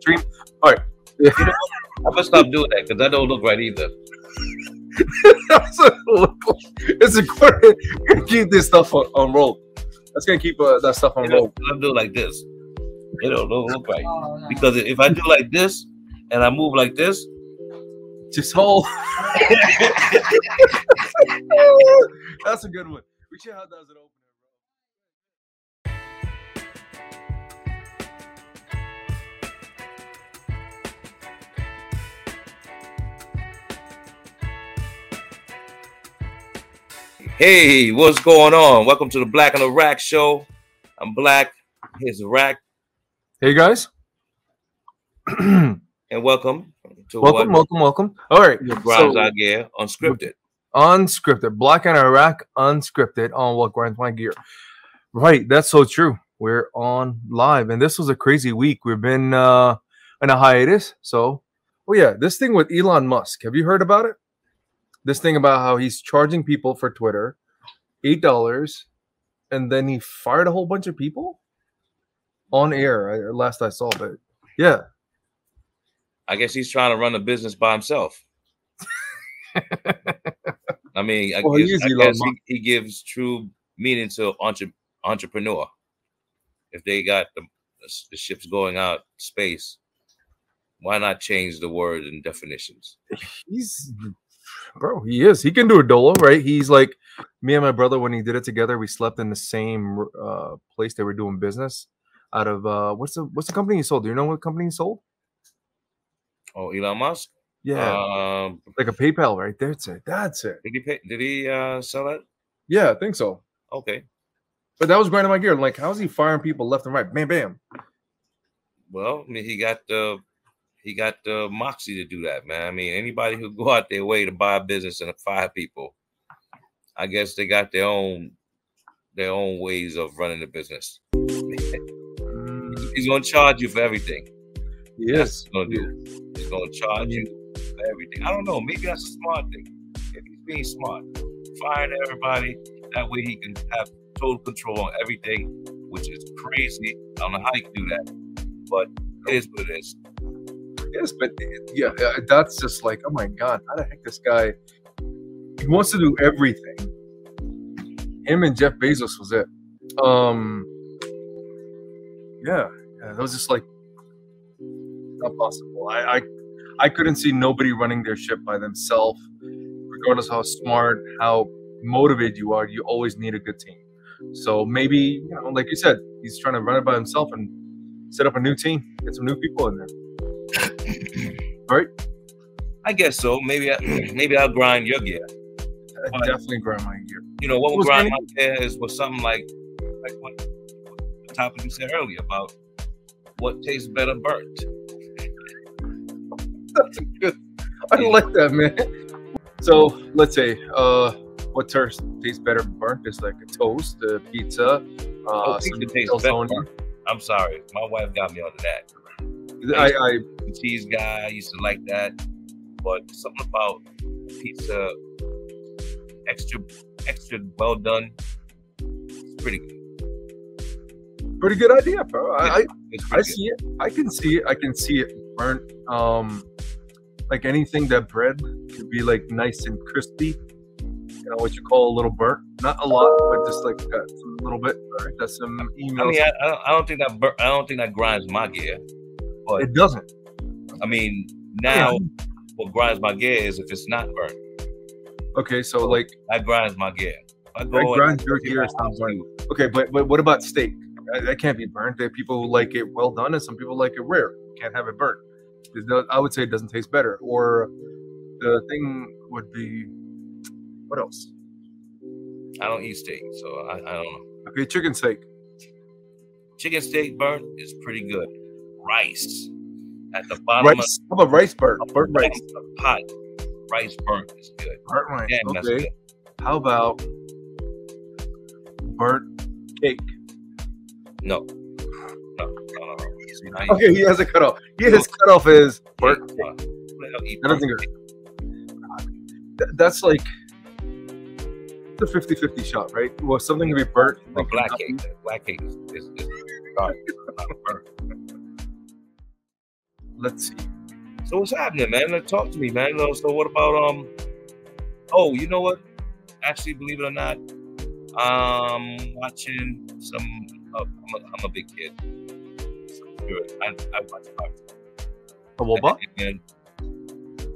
stream. All right. I'm gonna stop doing that because I don't look right either. it's important. We're gonna keep this stuff on, on roll. That's gonna keep uh, that stuff on You roll. know, I do like this. It don't look look right Oh, no. because if I do like this and I move like this, Just hold. That's a good one. We should have that as an opener. Hey, what's going on? Welcome to the Black and the Rack Show. I'm Black. Here's the Rack, Hey guys. welcome, and welcome to what welcome, welcome. All right. Grimes Out Gear Unscripted. unscripted. Black and Iraq unscripted on what grinds my gear. Right, that's so true. We're on live, and this was a crazy week. We've been uh in a hiatus. So, oh yeah, this thing with Elon Musk. Have you heard about it? This thing about how he's charging people for Twitter eight dollars, and then he fired a whole bunch of people on air. I, last I saw, but yeah, I guess he's trying to run a business by himself. I mean, I Well, he guess, is I Elon guess Musk. he, he gives true meaning to entre- entrepreneur. If they got the, the ships going out space, why not change the word and definitions? he's bro he is he can do a dolo right he's like me and my brother when he did it together we slept in the same uh place they were doing business out of uh what's the what's the company he sold do you know what company he sold Oh, Elon Musk. yeah Um, like a paypal right there that's it that's it Did he pay, did he uh, sell it? yeah i think so Okay. but that was grinding my gear like how's he firing people left and right bam bam Well, I mean, he got the he got the moxie to do that, man. I mean, anybody who go out their way to buy a business and fire people, I guess they got their own their own ways of running the business. He's gonna charge you for everything. yes That's what he's gonna do. He's gonna charge you for everything. I don't know. Maybe that's a smart thing. If he's being smart, firing everybody. That way he can have total control on everything, which is crazy. I don't know how you can do that, but it is what it is. yes but it- yeah uh, that's just like oh my god how the heck this guy he wants to do everything him and jeff bezos was it um yeah, yeah that was just like not possible I, I i couldn't see nobody running their ship by themselves regardless how smart how motivated you are you always need a good team so maybe you know like you said he's trying to run it by himself and set up a new team get some new people in there I guess so. Maybe I, maybe I'll grind your gear. I But- definitely grind my gear. You know, what will Who's grind my that? gear is was something like like what the topic you said earlier about what tastes better burnt. That's a good. I like that, man. So let's say, uh, what tastes tastes better burnt is like a toast, a pizza, uh, Oh, pizza some tastes better calzone. burnt. I'm sorry, my wife got me onto that. I, I the cheese guy. I used to like that, but something about pizza extra extra well done. It's pretty good. pretty good idea, bro. I, I, It's I pretty good. see it. I can see it. I can see it burnt. Um, like anything that bread could be like nice and crispy. You know what you call a little burnt, not a lot, but just like got some little bit. All right, that's some I emails. mean, I, I don't- I don't think that bur- I don't think that grinds my gear. But it doesn't. I mean, now what grinds my gear is if it's not burnt. Okay, so like That grinds my gear. If I go That and- grinds your if I gear is not house burnt. you- Okay, but but what about steak? That, that can't be burnt. There are people who like it well done, and some people like it rare. Can't have it burnt. There's no- I would say it doesn't taste better. Or the thing would be what else? I don't eat steak, so I, I don't know. Okay, chicken steak. Chicken steak burnt is pretty good. Rice at the bottom of Rice. How about rice burnt? Burnt rice. Hot rice burnt is good. Burnt rice. Damn, that's Okay. good. How about burnt cake? No. No, no, no, no. See, now you- Okay, he has a cutoff. He has cutoff is burnt. Uh, I'll eat I don't burnt. think Th- that's like the 50-50 shot, right? Well, something can be burnt. uh, Or something black cannot be. cake. Black cake is, is, is- is not burnt. let's see. So what's happening, man? Like, talk to me, man. No, So what about um? Oh, you know what? Actually, believe it or not, um, watching some. Uh, I'm, a, I'm a big kid. I, I watch Power A Woba? and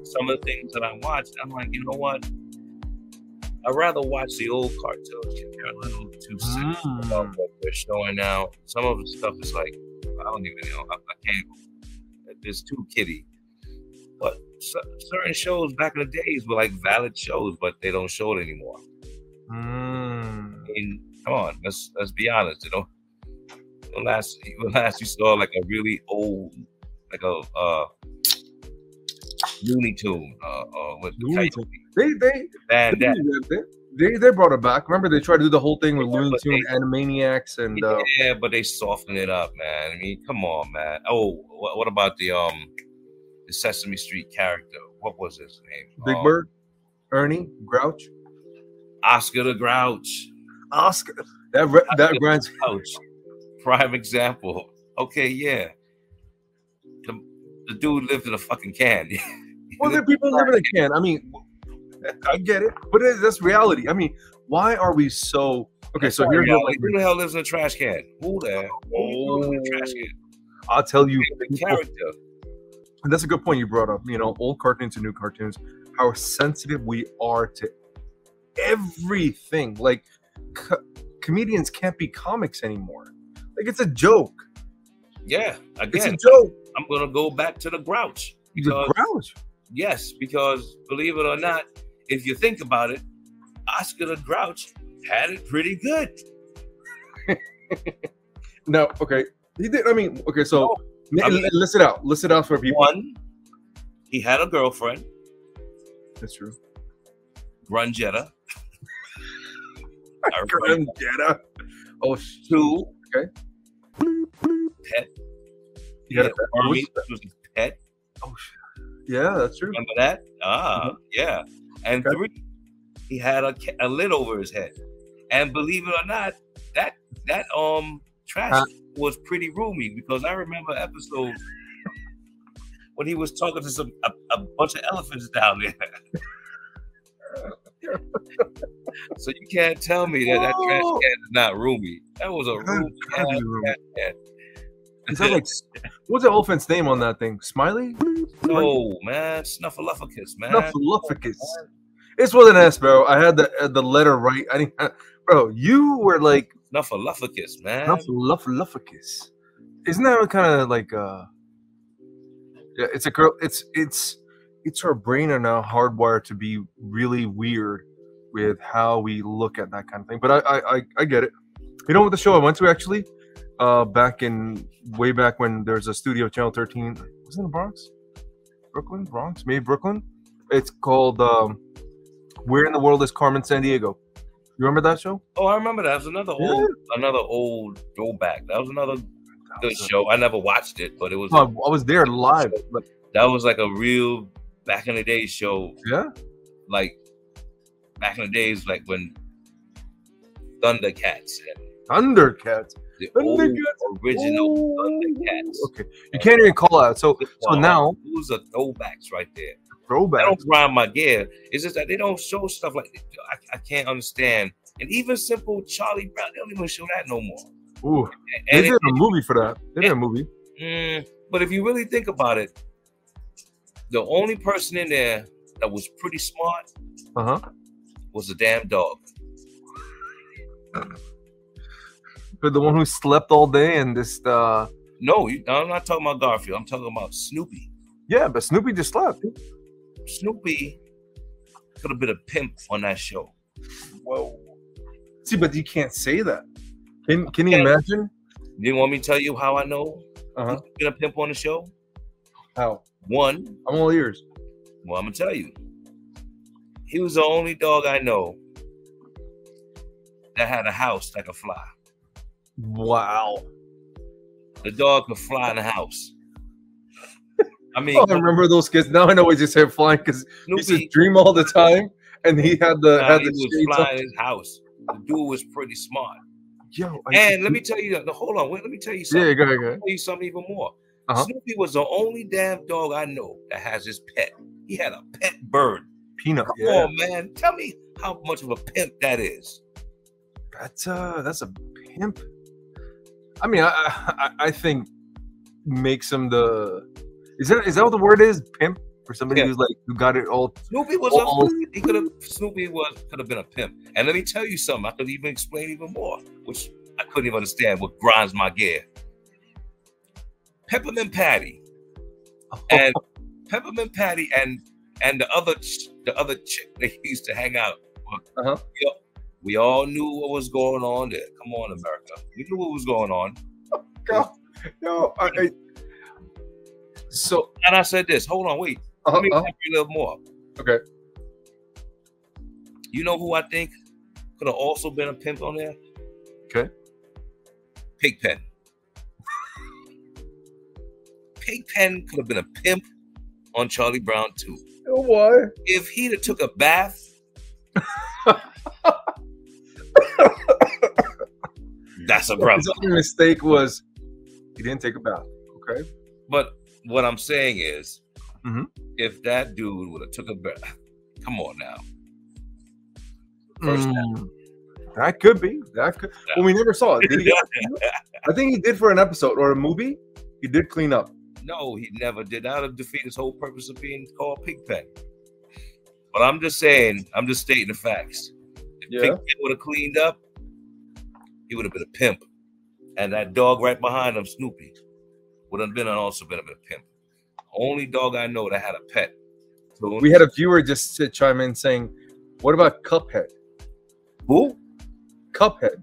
some of the things that I watched, I'm like, you know what? I'd rather watch the old cartoons. They're a little too sensitive about what they're showing now. Some of the stuff is like, I don't even know. I, I can't. It's too kiddie. But cer- certain shows back in the days were like valid shows, but they don't show it anymore. Mm. I mean, come on, let's let's be honest. You know, the last the last you saw like a really old, like a uh, Looney Tune, uh, uh, with the Looney kite, Tune. They they Bad they, Dad. they they brought it back. Remember they tried to do the whole thing with Yeah, Looney but Tunes, Animaniacs, and uh, Yeah, but they softened it up, man. I mean, come on, man. Oh, what, what about the um, the Sesame Street character? What was his name? Big Um, Bird, Ernie, Grouch, Oscar the Grouch. Oscar. That re- that reminds Ouch. Prime example. Okay, yeah. The, the dude lived in a fucking can. Well, there are people that really can. I mean, I get it, but it, that's reality. I mean, why are we so okay? So here's Yeah, what like, who the hell lives in a trash can? Who the who lives in a trash can? I'll tell you. The character. And that's a good point you brought up. You know, old cartoons to new cartoons, how sensitive we are to everything. Like, co- comedians can't be comics anymore. Like, it's a joke. Yeah. It's Again, a joke. I'm gonna go back to the grouch. He's a Because grouch. yes, because believe it or not, if you think about it, Oscar the Grouch had it pretty good. No, okay. He did. I mean, okay. So li- I mean- li- list it out. List it out for people. One, he had a girlfriend, That's true. Grungetta. I remember Graham Getta. Oh, sh- Two, he had a Yeah, pet. Hermes was his pet. Oh, shit. Yeah, that's true. Remember that? Ah, yeah. And Mm-hmm. Okay. three, he had a, ca- a lid over his head. And believe it or not, that that um trash Huh? was pretty roomy because I remember episodes when he was talking to some a, a bunch of elephants down there. so you can't tell me that that trash Oh. can is not roomy. That was a Good roomy. God, ass you- trash can. It sounds like what's the elephant's name on that thing? Smiley? No, man, snuffleupagus, man. Snuffleupagus. It's with an S, bro. I had the uh, the letter right. I didn't, bro. You were like Snuffleupagus, man. Snuffleupagus. Isn't that kind of like uh? Yeah, it's a girl. It's it's it's our brain are now hardwired to be really weird with how we look at that kind of thing. But I I I, I get it. You know what the show I went to actually, uh, back in way back when there was a studio Channel Thirteen. Was it in the Bronx, Brooklyn, Bronx, maybe Brooklyn. It's called um, "Where in the World Is Carmen San Diego." You remember that show? Oh, I remember that. It was another Yeah. old, another old throwback. That was another That good was a- show. I never watched it, but it was I was there live. Like, that was like a real back in the day show. yeah, Like back in the days, like when Thundercats, and Thundercats. the old Thundercats. Oh, original Ooh. Thundercats. Okay, you can't even call out. So Oh. so now- those are throwbacks right there. I throwback. don't grind my gear. It's just that they don't show stuff like I, I can't understand. And even simple Charlie Brown, they don't even show that no more. Ooh, they And did it- a movie for that. They did a movie. Mm, but if you really think about it, the only person in there that was pretty smart Uh huh. was the damn dog. But the one who slept all day and just uh, No, you, I'm not talking about Garfield. I'm talking about Snoopy. yeah, but Snoopy just slept. Snoopy could have been a pimp on that show. Whoa. See, but you can't say that. Can Can you Yeah. imagine? You want me to tell you how I know Uh he's been a pimp on the show? How? One, I'm all ears. well, I'm gonna tell you. He was the only dog I know that had a house like a fly. Wow. The dog could fly in the house. I mean, Oh, I remember those kids. Now I know what you said flying because he used to Snoopy- dream all the time, and he had the Nah, had he the was shades up. flying his house. The dude was pretty smart. Yo, I- And let me tell you, no, hold on, wait, let me tell you yeah, something. go ahead, go ahead. Let me tell you something even more. Uh-huh. Snoopy was the only damn dog I know that has his pet. He had a pet bird. Peanut. Come Yeah. on, man. Tell me how much of a pimp that is. That's uh that's a pimp. I mean, I I, I think makes him the is that is that what the word is? Pimp for somebody Yeah. who's like who got it all Snoopy was Oh. a he could have Snoopy was could have been a pimp. And let me tell you something, I could even explain even more, which I couldn't even understand what grinds my gear. Peppermint Patty Eh. and Peppermint Patty and and the other ch- the other chick they used to hang out. with. Uh-huh. We, all, we all knew what was going on there. Come on, America. We knew what was going on. Oh, No, I, I so And I said this. Hold on, wait. uh, Let me uh, elaborate a little more. Okay. You know who I think could have also been a pimp on there? Okay. Pigpen. Pigpen could have been a pimp on Charlie Brown too. why? If he'd have took a bath, that's a problem. His only mistake was he didn't take a bath. Okay. But what I'm saying is, Mhm. if that dude would have took a bath, come on now. First Mm. That could be. That could. Well, we never saw it. Did he? I think he did for an episode or a movie. He did clean up. No, he never did. That would defeat his whole purpose of being called Pigpen. But I'm just saying, I'm just stating the facts. Yeah. Pigpen would have cleaned up, he would have been a pimp. And that dog right behind him, Snoopy, would have been also been a pimp. Only dog I know that had a pet. So- We had a viewer just to chime in saying, "What about Cuphead? who? Cuphead?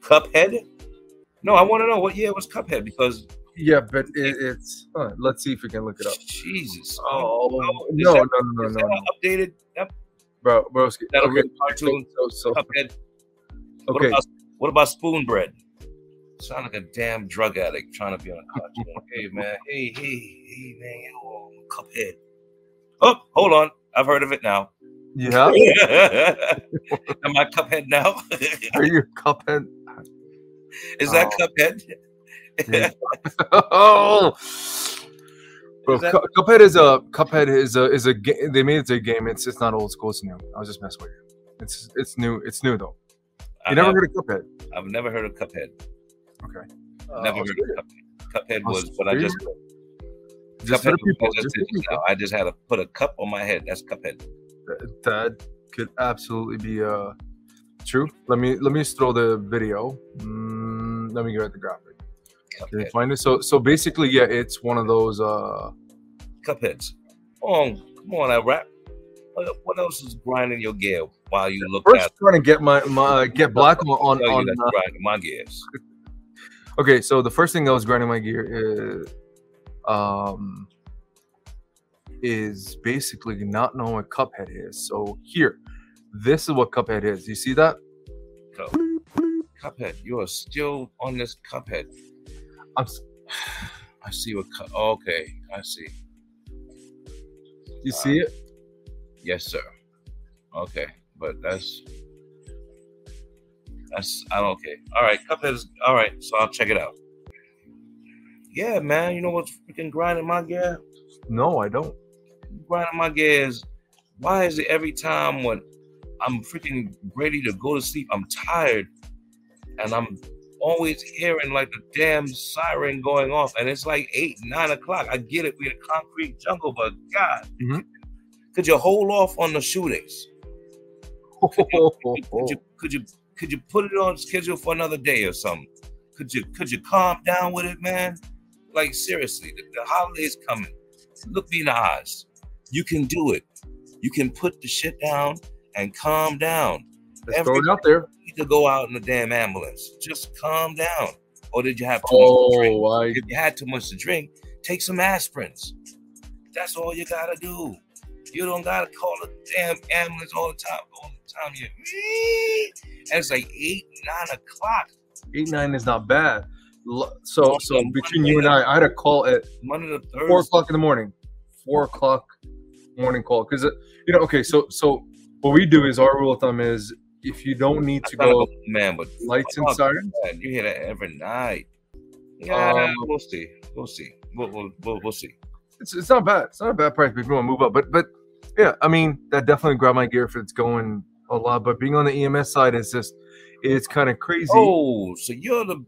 Cuphead? No, I want to know what year was Cuphead because Yeah, but it, it's. huh, let's see if we can look it up. Jesus. Oh is no, no, that- no, no, Is no, that no. an updated yep, bro, broski. that Okay, original cartoon so, so Cuphead What okay. about, what about spoon bread? Sound like a damn drug addict trying to be on a cartoon. hey man, hey, hey, hey man, yo, I'm a cuphead. Oh, hold on. I've heard of it now. Yeah, Am I cuphead now? are you Cuphead? Is that cuphead? Yeah. oh, bro, Is that- Cu- Cuphead is a Cuphead is a is a ga- they made it to a game. It's it's not old school. It's new. I was just messing with you. It's it's new. It's new though. You never I've, heard of Cuphead? Uh, I've never heard Oh, of cuphead. Okay. Never Uh, heard of cuphead. Cuphead I'll was see what I you. just Just for cuphead the was people. what I Just for Oh, just did the just now. I just had to put a cup on my head. That's cuphead. people. That could absolutely be uh true. Let me let me just throw the video. Mm, let me get at the graphic. Can you Cuphead. find it? So so basically, yeah, it's one of those uh Cupheads. Oh, come on, I rap. What- What else is grinding your gear while you look first at trying to get my my get black on on, tell you on Oh, that's uh, grinding my gears? Okay, so the first thing that was grinding my gear is, um, is basically not knowing what Cuphead is. So here, this is what Cuphead is. You see that? Cuphead, you are still on this Cuphead. I'm, s- I see what. Cu- okay, I see. you Uh, see it? Yes, sir. Okay, but that's that's I don't okay. All right, Cuphead is all right. So I'll check it out. Yeah, man. You know what's freaking grinding my gear? No, I don't. grinding my gears. Why is it every time when I'm freaking ready to go to sleep, I'm tired, and I'm always hearing like the damn siren going off, and it's like eight, nine o'clock. I get it, we're in a concrete jungle, but God, Mhm. could you hold off on the shootings? Could you could you could you put it on schedule for another day or something? Could you could you calm down with it, man? Like seriously, the, the holidays coming. Look me in the eyes. You can do it. You can put the shit down and calm down. Let's throw it out there. You need to go out in the damn ambulance. Just calm down. Or did you have too much to drink? Oh, I If you had too much to drink, take some aspirins. That's all you gotta do. You don't gotta call the damn ambulance all the time. All the time you and it's like eight, nine o'clock. eight nine is not bad. L- So so Awesome. between you and I, I had a call at Monday to Thursday. four o'clock in the morning. Four o'clock morning call because you know. Okay, so so what we do is our rule of thumb is if you don't need I to thought go about- man, but lights Oh, and sirens. man, you hear that every night. Yeah, Um, we'll see. We'll see. We'll, we'll, we'll, we'll see. It's, it's not bad. It's not a bad price if you want to move up. But but yeah, I mean that definitely grabbed my gear if it's going a lot. But being on the EMS side is just it's kind of crazy. Oh, so you're the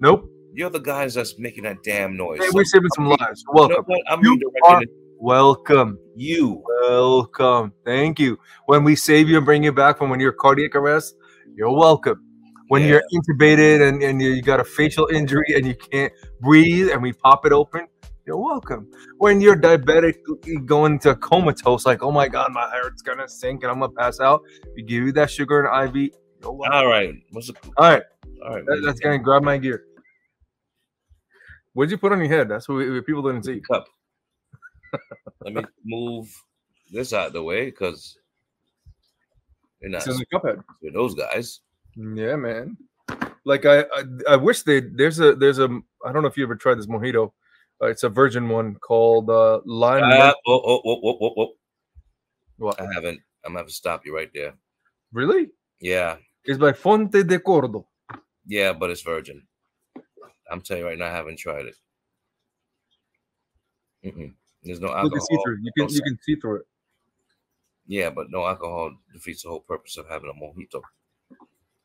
Nope. you're the guys that's making that damn noise. Hey, So- we're saving some lives. you know Welcome. what? I'm You redirecting are- it to Welcome. you. Welcome. Thank you. When we save you and bring you back from when you're cardiac arrest, you're welcome. When Yeah. you're intubated and, and you, you got a facial injury and you can't breathe and we pop it open, you're welcome. When you're diabetic, going into comatose, like, oh my God, my heart's going to sink and I'm going to pass out, we give you that sugar and IV. You're welcome. All right. What's it? All right, All right. that, that's going to grab my gear. What'd you put on your head? That's what we, people didn't see. cup. Let me move this out of the way because they're not It's in the cup head. with those guys. Yeah, man. Like I, I, I wish they there's a there's a I don't know if you ever tried this mojito. Uh, it's a virgin one called uh, lime. Uh, oh, oh, oh, oh, oh, oh. what? I haven't. I'm gonna have to stop you right there. Really? Yeah, It's by Fonte de Cordo. yeah, but it's virgin. I'm telling you right now, I haven't tried it. Mm-mm. There's no You can see alcohol. through. it. You can you can see through it. Yeah, but no alcohol defeats the whole purpose of having a mojito.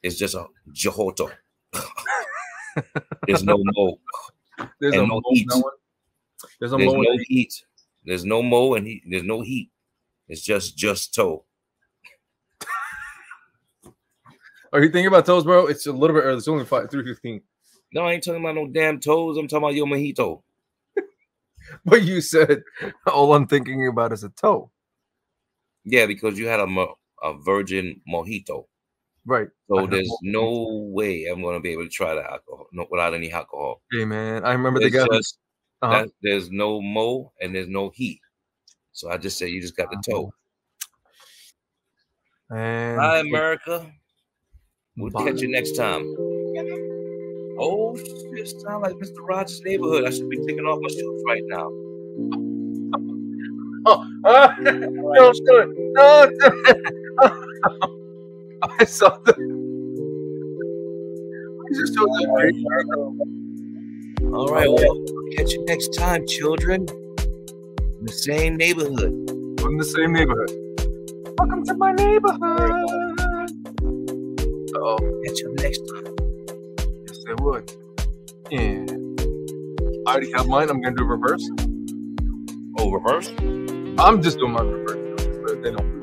It's just a johoto. There's no mo. There's a And mole no in heat. that one. There's a There's mole. no in heat. There's no mo and heat. There's no heat. It's just just toe. Are you thinking about toes, bro? It's a little bit early. It's only five three fifteen. No, I ain't talking about no damn toes. I'm talking about your mojito. But you said all I'm thinking about is a toe. Yeah, because you had a mo- a virgin mojito. Right. So had a there's mojito. no way I'm gonna be able to try that alcohol no, without any alcohol. Hey man, I remember the It's guy. who- just uh-huh. that there's no mo and there's no heat. So I just say you just got the toe. Man. Hi, America. We'll catch you next time. Oh shit, sound like Mr. Rogers' neighborhood. I should be taking off my shoes right now. Ah, don't do it. Don't do it. I saw the. I just saw that video. All right, well, catch you next time, children. In the same neighborhood. We're in the same neighborhood. Welcome to my neighborhood. Oh, Catch you next time. yes, they would. Yeah. I already have mine. I'm going to do reverse. Oh, reverse? I'm just doing my reverse. But they don't.